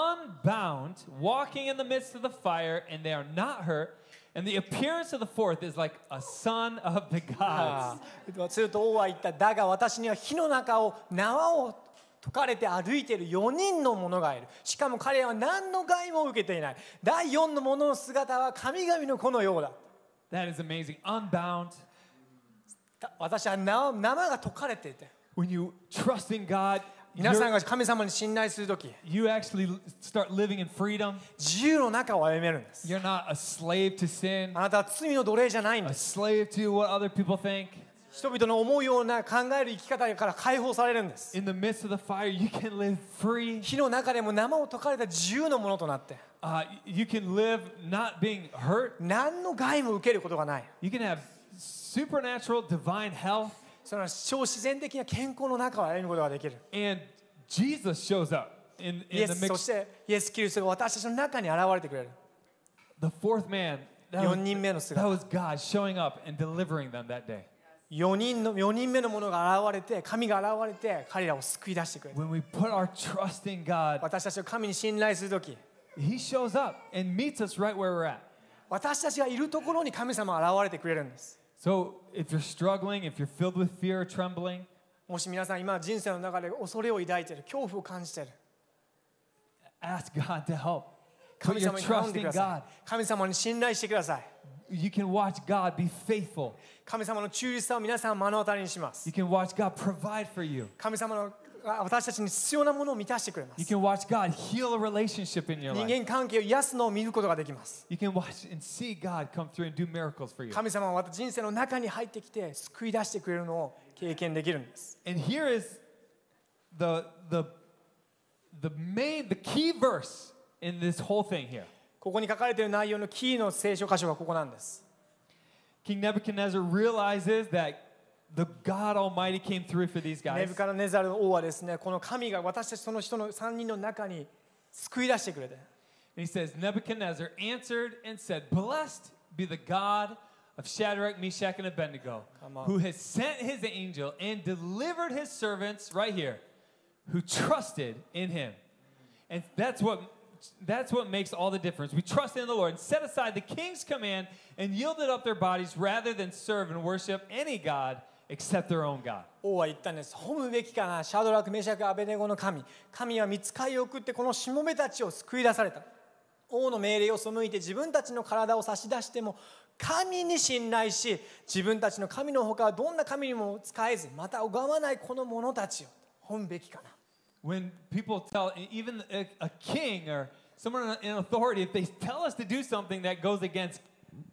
Speaker 1: unbound walking in the midst of the fire, and they are not hurt. And the appearance of the fourth is like a son of the gods.
Speaker 2: Ah. すると王は言っただが私には火の中を縄を解かれて歩いている4人の者がいるしかも彼らは何の害も受けていない第4の者の姿は神々の子のようだ
Speaker 1: That is amazing. Unbound.
Speaker 2: た私は縄縄が解かれていて
Speaker 1: When you trust in God,
Speaker 2: 皆さん
Speaker 1: you're-
Speaker 2: が神様に信頼する時
Speaker 1: you actually l- start living in freedom.
Speaker 2: 自由の中を歩めるんです
Speaker 1: You're not a slave to sin,
Speaker 2: あなたは罪の奴隷じゃないんで
Speaker 1: a
Speaker 2: す
Speaker 1: slave to what other people think.
Speaker 2: 人々の思うような考える生き方から解放されるんです
Speaker 1: In the midst of the fire, you can live free.
Speaker 2: 火の中でも生を解かれた自由のものとなって
Speaker 1: Uh, you can live not being hurt.
Speaker 2: 何の害も受けることがない
Speaker 1: You can have supernatural, divine health.
Speaker 2: その超自然的な健康の中を歩むことができる
Speaker 1: And Jesus shows up in,
Speaker 2: イエ
Speaker 1: in the
Speaker 2: スそし
Speaker 1: mix.
Speaker 2: てイエス・キリストが私たちの中に現れてくれる
Speaker 1: The fourth man, that
Speaker 2: 4
Speaker 1: was,
Speaker 2: 人目の
Speaker 1: that
Speaker 2: 姿
Speaker 1: was God showing up and delivering them that day.
Speaker 2: 4人の4人目のものが現れて神が現れて彼らを救い出してくれる
Speaker 1: When we put our trust in God,
Speaker 2: 私たちを神に信頼する時
Speaker 1: He shows up and meets us right where we're at.
Speaker 2: 私たちがいるところに神様が現れてくれるんです
Speaker 1: So if you're struggling, if you're filled with fear or trembling,
Speaker 2: もし皆さん今人生の中で恐れを抱いている恐怖を感じている
Speaker 1: ask God to help. Put
Speaker 2: 神
Speaker 1: your
Speaker 2: 様に頼ん
Speaker 1: trust
Speaker 2: でく
Speaker 1: in
Speaker 2: ださ
Speaker 1: God.
Speaker 2: い神様に信頼してください
Speaker 1: You can watch God be faithful.
Speaker 2: 神様の忠実さを皆さん目の当たりにします
Speaker 1: You can watch God provide for you.
Speaker 2: 神様のあ私たちに必要なものを満たしてくれま
Speaker 1: You
Speaker 2: す
Speaker 1: can watch God heal a relationship in your
Speaker 2: 人
Speaker 1: life.
Speaker 2: 間関係を癒すのを見ることができます
Speaker 1: You can watch and see God come through and do miracles for you.
Speaker 2: 神様はまた人生の中に入ってきて救い出してくれるのを経験できるんです
Speaker 1: And here is the the the main the key verse in this whole thing here.
Speaker 2: ここに書かれている内容のキーの聖書箇所がここなんです
Speaker 1: King Nebuchadnezzar realizes that the God Almighty came through for these
Speaker 2: ネ
Speaker 1: guys.
Speaker 2: ブカラネザル王はですねこの神が私たちその人の3人の中に救い出してくれて
Speaker 1: And he says, Nebuchadnezzar answered and said, Blessed be the God of Shadrach, Meshach, and Abednego,
Speaker 2: Come on.
Speaker 1: who has sent his angel and delivered his servants, right here, who trusted in him. And that's what that's what makes all the difference. We trust in the Lord and set aside the king's command and yielded up their bodies rather than serve and worship any god except their own God.
Speaker 2: 王は言ったんです褒むべきかなシャドラクメシャクアベネゴの神神は見つかりを送ってこのしもべたちを救い出された王の命令を背いて自分たちの体を差し出しても神に信頼し自分たちの神のほかはどんな神にも使えずまた拝まないこの者たちを褒むべきかな
Speaker 1: When people tell, even a, a king or someone in authority, if they tell us to do something that goes against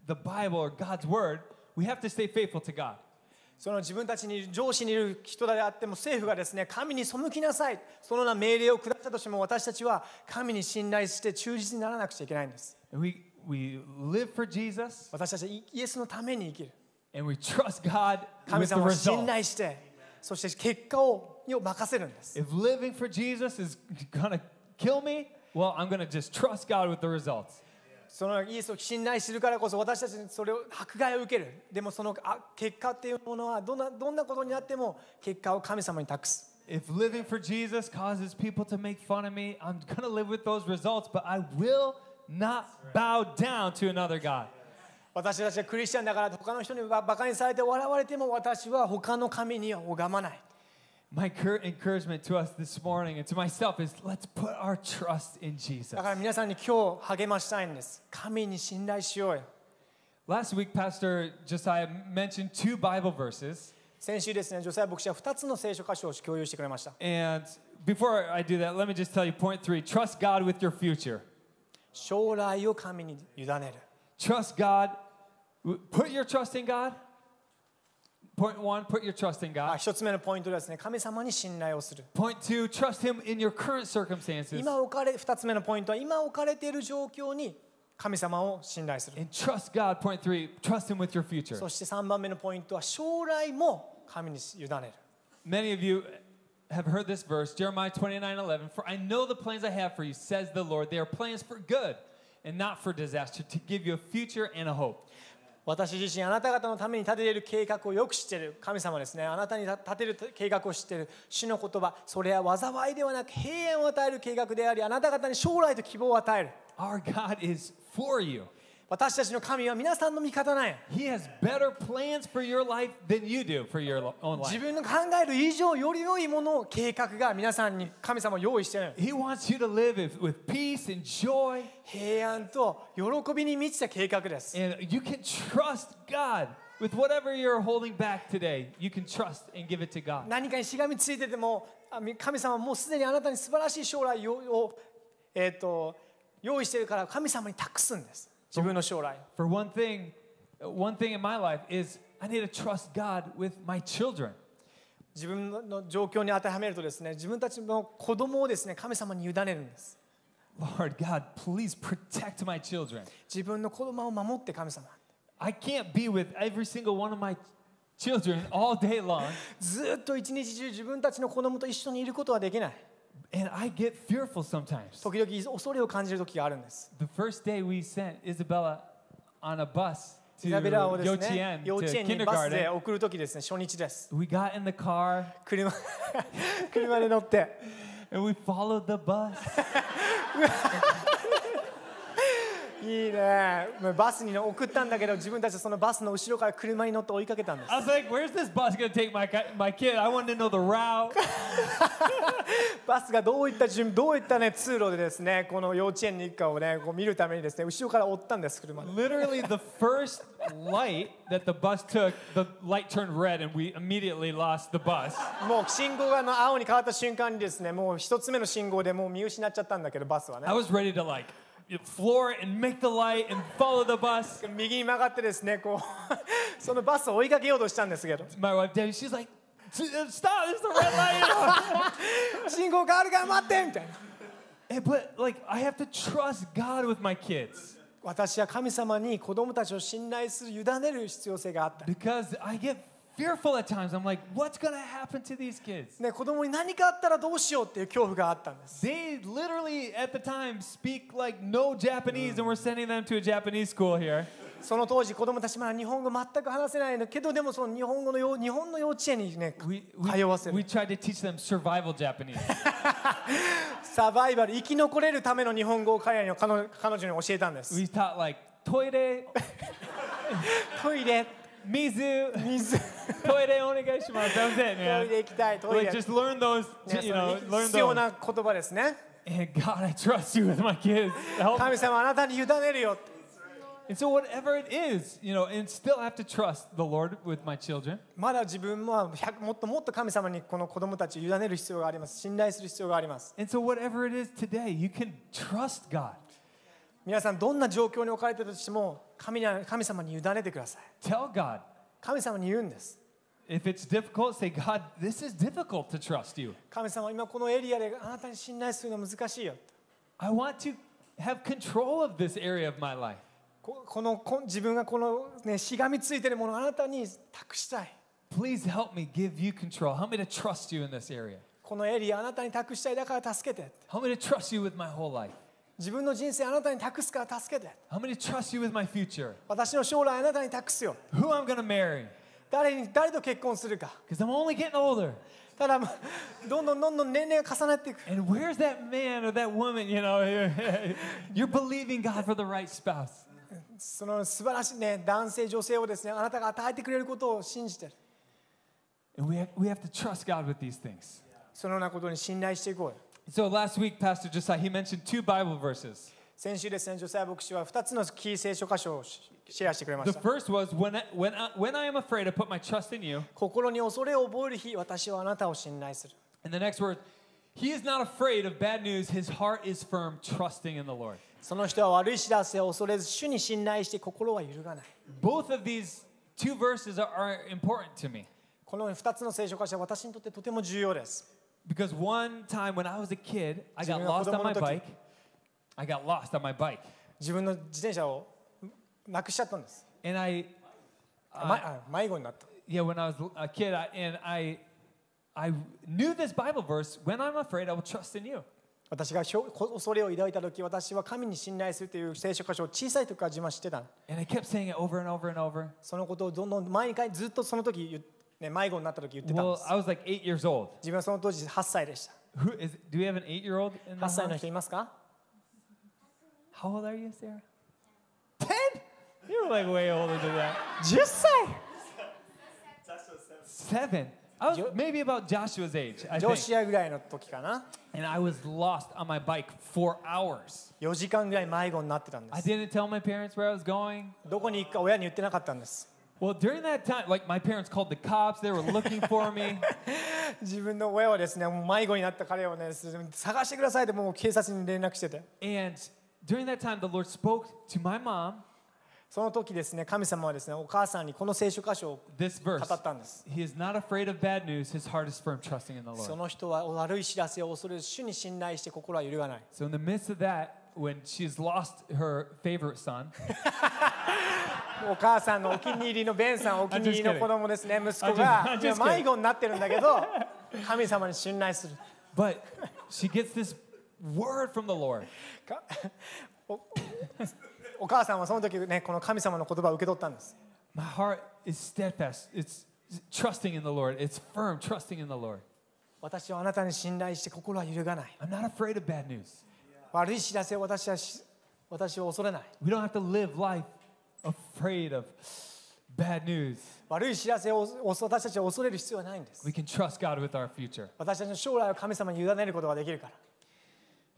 Speaker 1: the Bible or God's word, we have to stay faithful to God.
Speaker 2: その自分たちにいる上司にいる人であっても政府がですね神に背きなさいそのような命令を下したとしても私たちは神に信頼して忠実にならなくちゃいけないんです
Speaker 1: And we, we live for Jesus
Speaker 2: 私たちはイイエスのために生きる
Speaker 1: and we trust God
Speaker 2: 神
Speaker 1: with the
Speaker 2: 様を信
Speaker 1: result.
Speaker 2: 頼してそして結果をに任せるんです
Speaker 1: If living for Jesus is gonna kill me, well, I'm gonna just trust God with the results.
Speaker 2: そのイエスを信頼するからこそ私たちにそれを迫害を受けるでもそのあ結果っていうものはどんなどんなことになっても結果を神様に託す
Speaker 1: If living for Jesus causes people to make fun of me, I'm gonna live with those results, but I will not bow down to another God.
Speaker 2: 私たちはクリスチャンだから他の人にばバカにされて笑われても私は他の神には拝まない
Speaker 1: My cur- encouragement to us this morning and to myself is let's put our trust in Jesus.
Speaker 2: だから皆さんに今日励ましたいんです神に信頼しようよ
Speaker 1: Last week, Pastor Josiah mentioned two Bible verses.
Speaker 2: 先週ですね女性牧師は2つの聖書箇所を共有してくれました
Speaker 1: And before I do that, let me just tell you point three trust God with your future.
Speaker 2: 将来を神に委ねる
Speaker 1: Trust God. W- Put your trust in God. Point one, put your trust in
Speaker 2: あ
Speaker 1: God.
Speaker 2: 一つ目のポイントですね神様に信頼をする
Speaker 1: Point two, trust Him in your current circumstances.
Speaker 2: 今置かれ2つ目のポイントは今置かれている状況に神様を信頼する
Speaker 1: And trust God. Point three, trust Him with your future.
Speaker 2: そして3番目のポイントは将来も神に委ねる
Speaker 1: Many of you have heard this verse, Jeremiah 29 11. For I know the plans I have for you, says the Lord. They are plans for good and not for disaster, to give you a future and a hope.
Speaker 2: 私自身あなた方のために立てている計画をよく知っている神様ですねあなたに立てる計画を知っている主の言葉それは災いではなく平安を与える計画でありあなた方に将来と希望を与える
Speaker 1: Our God is for you.
Speaker 2: 私たちの神は皆さんの味方なんや
Speaker 1: He has better plans for your life than you do for your lo- own
Speaker 2: 自
Speaker 1: life.
Speaker 2: 分の考える以上より良いものを計画が皆さんに神様用意してる
Speaker 1: He wants you to live if- with peace and joy,
Speaker 2: 平安と喜びに満ちた計画です
Speaker 1: and you can trust God with whatever you're holding back today. You can trust and give it to God.
Speaker 2: 何かにしがみついててもあみ神様はもうすでにあなたに素晴らしい将来をを、えー、と用意してるから神様に託すんです自分の将来
Speaker 1: For one thing, one thing in my life is I need to trust God with my children.
Speaker 2: 自分の状況に当てはめるとですね自分たちの子供をですね神様に委ねるんです
Speaker 1: Lord God, please protect my children.
Speaker 2: 自分の子供を守って神様
Speaker 1: I can't be with every single one of my children all day long,
Speaker 2: ずっと一日中自分たちの子供と一緒にいることはできない
Speaker 1: and I get fearful sometimes.
Speaker 2: 時々恐れを感じる時があるんです
Speaker 1: The first day we sent Isabella on a bus to
Speaker 2: イザベラをですね
Speaker 1: Yochien
Speaker 2: 幼
Speaker 1: to
Speaker 2: 稚園にバスで
Speaker 1: kindergarten.
Speaker 2: 送る時ですね初日です
Speaker 1: We got in the car
Speaker 2: 車 車で乗って
Speaker 1: and we followed the bus.
Speaker 2: いいねまあバスに送ったんだけど自分たちはそのバスの後ろから車に乗って追いかけたんです
Speaker 1: I was like, where's this bus gonna take my, ki- my kid? I wanted to know the route.
Speaker 2: バスがどういった順どういったね通路でですねこの幼稚園に行くかをねこう見るためにですね後ろから追ったんです車で
Speaker 1: Literally, the first light that the bus took, the light turned red, and we immediately lost the bus.
Speaker 2: もう信号があの青に変わった瞬間にですねもう一つ目の信号でもう見失っちゃったんだけどバスはね
Speaker 1: I was ready to like floor it and make the light and follow the bus.
Speaker 2: 右に曲がってですねこう そのバスを追いかけようとしたんですけど
Speaker 1: My wife Debbie, she's like, uh, stop! It's the red light.
Speaker 2: 信号変わるから待ってみたいな
Speaker 1: Hey, but like, I have to trust God with my kids
Speaker 2: 私は神様に子供たちを信頼する委ねる必要性があった、
Speaker 1: because I get fearful at times. I'm like, what's gonna happen to these kids?
Speaker 2: ね、子供に何かあったらどうしようっていう恐怖があったんです
Speaker 1: They literally at the time speak like no Japanese, and we're sending them to a Japanese school here.
Speaker 2: その当時子供たちまだ日本語全く話せないのけどでもその日本語のよう日本の幼稚園にね
Speaker 1: We,
Speaker 2: 通
Speaker 1: we,
Speaker 2: わせ
Speaker 1: we
Speaker 2: る
Speaker 1: tried to teach them survival Japanese.
Speaker 2: サバイバル生き残れるための日本語を彼らに彼女彼女に教えたんです
Speaker 1: we taught like toire,
Speaker 2: トイレ
Speaker 1: mizu,
Speaker 2: 水
Speaker 1: toire onegaishimasu. That was it, man.
Speaker 2: トイレ行きたいト
Speaker 1: Like
Speaker 2: イレ、ね
Speaker 1: just learn those,
Speaker 2: そ
Speaker 1: you
Speaker 2: の
Speaker 1: know, learn
Speaker 2: 必要
Speaker 1: those.
Speaker 2: な言葉ですね
Speaker 1: And God, I trust you with my kids. Help.
Speaker 2: 神様あなたに委ねるよ
Speaker 1: And so whatever it is, you know, and still have to trust the Lord with my children.
Speaker 2: まだ自分も100もっともっと神様にこの子供たちを委ねる必要があります信頼する必要があります
Speaker 1: And so whatever it is today, you can trust God.
Speaker 2: 皆さんどんな状況に置かれてたとしても神に神様に委ねてください
Speaker 1: Tell God.
Speaker 2: 神様に言うんです
Speaker 1: If it's difficult, say, God, this is difficult to trust you.
Speaker 2: 神様今このエリアであなたに信頼するのは難しいよ
Speaker 1: I want to have control of this area of my life.
Speaker 2: ここのこ自分がこの、ね、しがみついてるものをあなたに託したい
Speaker 1: Please help me give you control. Help me to trust you in this area.
Speaker 2: このエリアあなたに託したいだから助けて
Speaker 1: Help me to trust you with my whole life.
Speaker 2: 自分の人生あなたに託すから助けて
Speaker 1: Help me to trust you with my future.
Speaker 2: 私の将来あなたに託すよ
Speaker 1: Who I'm going to marry.
Speaker 2: 誰に誰と結婚するか
Speaker 1: Because I'm only getting older.
Speaker 2: ただま あどんどんどんどん年齢が重なっていく
Speaker 1: And where's that man or that woman, you know? You're believing God for the right spouse.
Speaker 2: その素晴らしいね男性女性をですねあなたが与えてくれることを信じてる
Speaker 1: And we have, we have to trust God with these things.
Speaker 2: そのようなことに信頼していこうよ
Speaker 1: So last week, Pastor Josiah, he mentioned two Bible verses.
Speaker 2: 先週ですね女性牧師は2つのキー聖書箇所をシシェアしてくれま
Speaker 1: The
Speaker 2: した
Speaker 1: first was, when I, when, I, when I am afraid, I put my trust in you.
Speaker 2: 心に恐れを覚える日私はあなたを信頼する
Speaker 1: And the next word, he is not afraid of bad news. His heart is firm, trusting in the Lord.
Speaker 2: その人は悪い知らせを恐れず主に信頼して心は揺るがない
Speaker 1: Both of these two verses are, are important to me.
Speaker 2: この2つの聖書箇所は私にとってとても重要です
Speaker 1: Because one time when I was a kid, I got
Speaker 2: Jimmy,
Speaker 1: lost on my
Speaker 2: Kodomo no toki.
Speaker 1: bike. I got lost on my bike.
Speaker 2: 自分の自転車をなくしちゃったんです、
Speaker 1: And I,
Speaker 2: あまあ迷子になった
Speaker 1: yeah, when I was a kid, I, and I, I knew this Bible verse when I'm afraid, I will trust in you.
Speaker 2: 私がひょこ恐れを抱いた時私は神に信頼するという聖書箇所を小さい時から自慢してたの
Speaker 1: And I kept saying it over and over and over.
Speaker 2: そのことをどんどん毎回ずっとその時言っ、ね、迷子になった時言ってたんで
Speaker 1: Well,
Speaker 2: す
Speaker 1: I was like eight years old.
Speaker 2: 自分はその当時8歳でした
Speaker 1: Who is? Do we have an eight-year-old in the
Speaker 2: 8歳の
Speaker 1: house?
Speaker 2: 人いますか
Speaker 1: How old are you, Sarah? Ten? You were like way older than that.
Speaker 2: 10歳
Speaker 1: Seven. I was
Speaker 2: Jo-
Speaker 1: maybe about Joshua's age, I
Speaker 2: ジョ
Speaker 1: think.
Speaker 2: シアぐらいの時かな
Speaker 1: And I was lost on my bike for hours.
Speaker 2: 4時間ぐらい迷子になってたんで
Speaker 1: I
Speaker 2: す
Speaker 1: didn't tell my parents where I was going.
Speaker 2: どこに行くか親に言ってなかったんです
Speaker 1: Well, during that time, like my parents called the cops. They were looking for me.
Speaker 2: 自分の親はですねもう迷子になった彼をねす探してくださいってもう警察に連絡してて
Speaker 1: And during that time, the Lord spoke to my mom
Speaker 2: その時ですね神様はですねお母さんにこの聖書箇所を
Speaker 1: this
Speaker 2: 語
Speaker 1: verse.
Speaker 2: ったんです
Speaker 1: He is not afraid of bad news. His heart is firm, trusting in the
Speaker 2: そ
Speaker 1: Lord.
Speaker 2: の人は悪い知らせを恐れず主に信頼して心は揺るがない
Speaker 1: So in the midst of that, when she's lost her favorite son,
Speaker 2: お母さんのお気に入りのベンさんお気に入りの
Speaker 1: kidding.
Speaker 2: 子供ですね息子
Speaker 1: I'm
Speaker 2: が
Speaker 1: just kidding.
Speaker 2: 迷子になってるんだけど神様に信頼する
Speaker 1: but she gets this word from the Lord.
Speaker 2: かおお母さんはその時ねこの神様の言葉を受け取ったんです
Speaker 1: My heart is steadfast. It's trusting in the Lord. It's firm, trusting in the Lord.
Speaker 2: 私はあなたに信頼して心は揺るがない
Speaker 1: I'm not afraid of bad news.
Speaker 2: 悪い知らせを私はし私を恐れない
Speaker 1: We don't have to live life afraid of bad news.
Speaker 2: 悪い知らせを私たちは恐れる必要はないんです
Speaker 1: We can trust God with our future.
Speaker 2: 私たちの将来を神様に委ねることができるか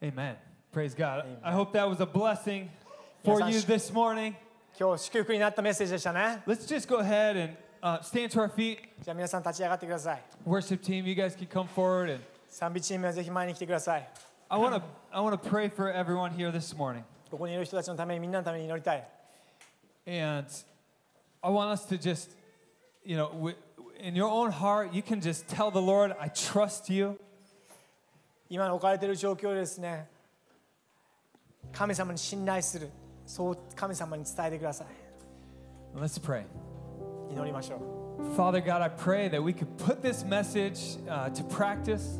Speaker 2: ら
Speaker 1: Amen. Praise God. I hope that was a blessing for
Speaker 2: Yes,
Speaker 1: you
Speaker 2: I-
Speaker 1: this morning.
Speaker 2: 今日祝福になったメッセージでしたね
Speaker 1: Let's just go ahead and uh, stand to our feet.
Speaker 2: じゃあ皆さん立ち上がってください
Speaker 1: Worship team, you guys can come forward and
Speaker 2: 賛美チームはぜひ前に来てください
Speaker 1: I want to I want to pray for everyone here this morning.
Speaker 2: ここにいる人たちのためにみんなのために祈りたい
Speaker 1: And I want us to just you know, w- in your own heart, you can just tell the Lord, I trust you.
Speaker 2: 今の置かれている状況でですね神様に信頼するそう神様に伝えてください
Speaker 1: Let's pray.
Speaker 2: 祈りましょう
Speaker 1: Father God, I pray that we could put this message uh, to practice.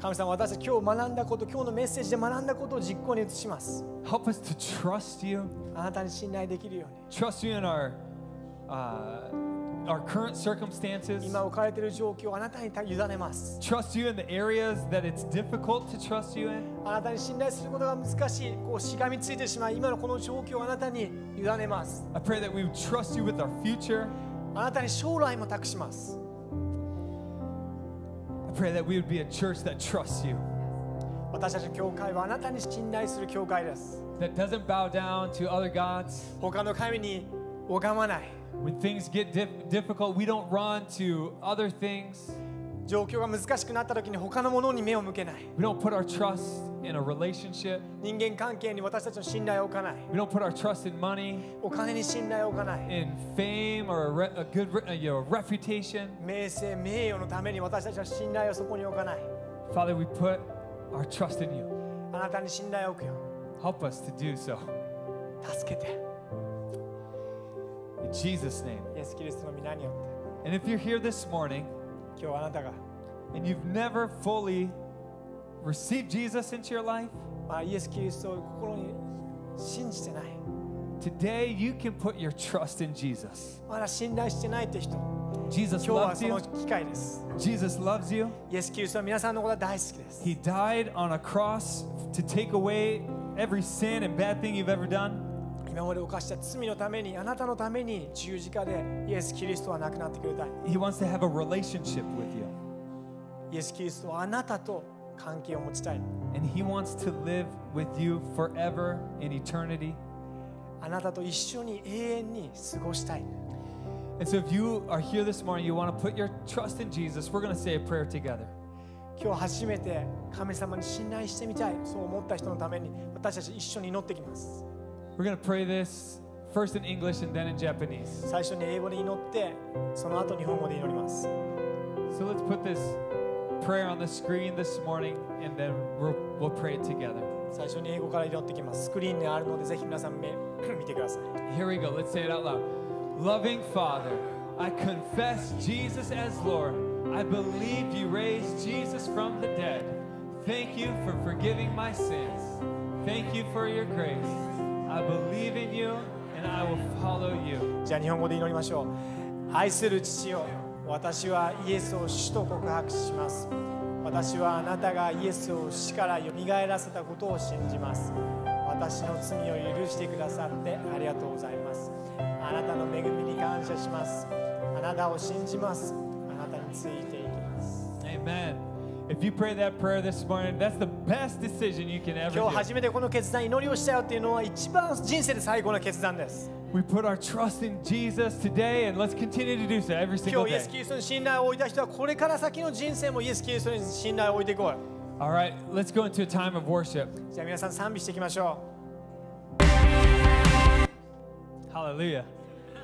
Speaker 2: 神様私たち今日学んだこと今日のメッセージで学んだことを実行に移します
Speaker 1: Help us to trust you.
Speaker 2: あなたに信頼できるよう
Speaker 1: Trust you in our uh, our current
Speaker 2: に
Speaker 1: circumstances.
Speaker 2: 今置かれている状況をあなたに委ねます
Speaker 1: Trust you in the areas that it's difficult to trust you in.
Speaker 2: あなたに信頼することが難しいこうしがみついてしまい今のこの状況をあなたに委ねます
Speaker 1: I pray that we would trust you with our future.
Speaker 2: あなたに将来も託します
Speaker 1: I pray that we would be a church that trusts you,
Speaker 2: 私たちの教会はあなたに信頼する教会です
Speaker 1: that doesn't bow down to other gods.
Speaker 2: 他の神に拝まない
Speaker 1: When things get dif- difficult, we don't run to other things.
Speaker 2: 状況が難しくなった時に他のものに目を向けない
Speaker 1: We don't put our trust in a relationship.
Speaker 2: 人間関係に私たちの信頼を置かない
Speaker 1: We don't put our trust in money.
Speaker 2: お金に信頼を置かない
Speaker 1: in fame or a, re- a good re- uh, you know, reputation.
Speaker 2: 名声名誉のために私たちは信頼をそこに置かない
Speaker 1: Father, we put our trust in you.
Speaker 2: あなたに信頼を置くよ
Speaker 1: Help us to do so.
Speaker 2: 助けて
Speaker 1: In Jesus' name.
Speaker 2: イエス・キリストの皆によっ
Speaker 1: And if you're here this morning
Speaker 2: て今日あなたが、
Speaker 1: and you've never fully received Jesus into your life,
Speaker 2: まあ、イエス・キリストを心に信じてない
Speaker 1: today you can put your trust in Jesus.
Speaker 2: まだ信頼してないって人
Speaker 1: Jesus
Speaker 2: 今日は
Speaker 1: loves
Speaker 2: そ
Speaker 1: you.
Speaker 2: の機会です
Speaker 1: Jesus loves you.
Speaker 2: イエス・キリストは皆さんのことは大好きです
Speaker 1: He died on a cross to take away every sin and bad thing you've ever done.
Speaker 2: 今まで犯した罪のためにあなたのために十字架でイエス・キリストは亡くなってくれた
Speaker 1: He wants to have a relationship with you.
Speaker 2: イエス・キリストはあなたと関係を持ちたい
Speaker 1: and he wants to live with you forever in eternity.
Speaker 2: あなたと一緒に永遠に過ごしたい
Speaker 1: And so if you are here this morning, you want to put your trust in Jesus, we're going to say a prayer together.
Speaker 2: 今日初めて神様に信頼してみたいそう思った人のために私たち一緒に祈ってきます
Speaker 1: We're going to pray this first in English and then in Japanese.
Speaker 2: 最初に英語で祈ってその後日本語で祈ります
Speaker 1: So let's put this prayer on the screen this morning and then we'll, we'll pray it together.
Speaker 2: 最初に英語から祈ってきますスクリーンにあるのでぜひ皆さん目 見てください
Speaker 1: Here we go. Let's say it out loud. Loving Father, I confess Jesus as Lord. I believe you raised Jesus from the dead. Thank you for forgiving my sins. Thank you for your grace. I believe in you and I will follow you.
Speaker 2: じゃあ日本語で祈りましょう愛する父よ私はイエスを主と告白します私はあなたがイエスを死からよみがえらせたことを信じます私の罪を許してくださってありがとうございますあなたの恵みに感謝しますあなたを信じますあなたについていきます
Speaker 1: Amen. If you pray that prayer this morning, that's the best decision you can
Speaker 2: 今日
Speaker 1: ever do.
Speaker 2: 初めてこの決断祈りをしたよっていうのは一番人生で最高の決断です
Speaker 1: We put our trust in Jesus today and let's continue to do so every
Speaker 2: 今
Speaker 1: single
Speaker 2: 日イエ
Speaker 1: day.
Speaker 2: ス・キリストに信頼を置いた人はこれから先の人生もイエス・キリストに信頼を置いていこう
Speaker 1: All right, let's go into a time of worship.
Speaker 2: じゃあ皆さん賛美していきましょう。
Speaker 1: Hallelujah.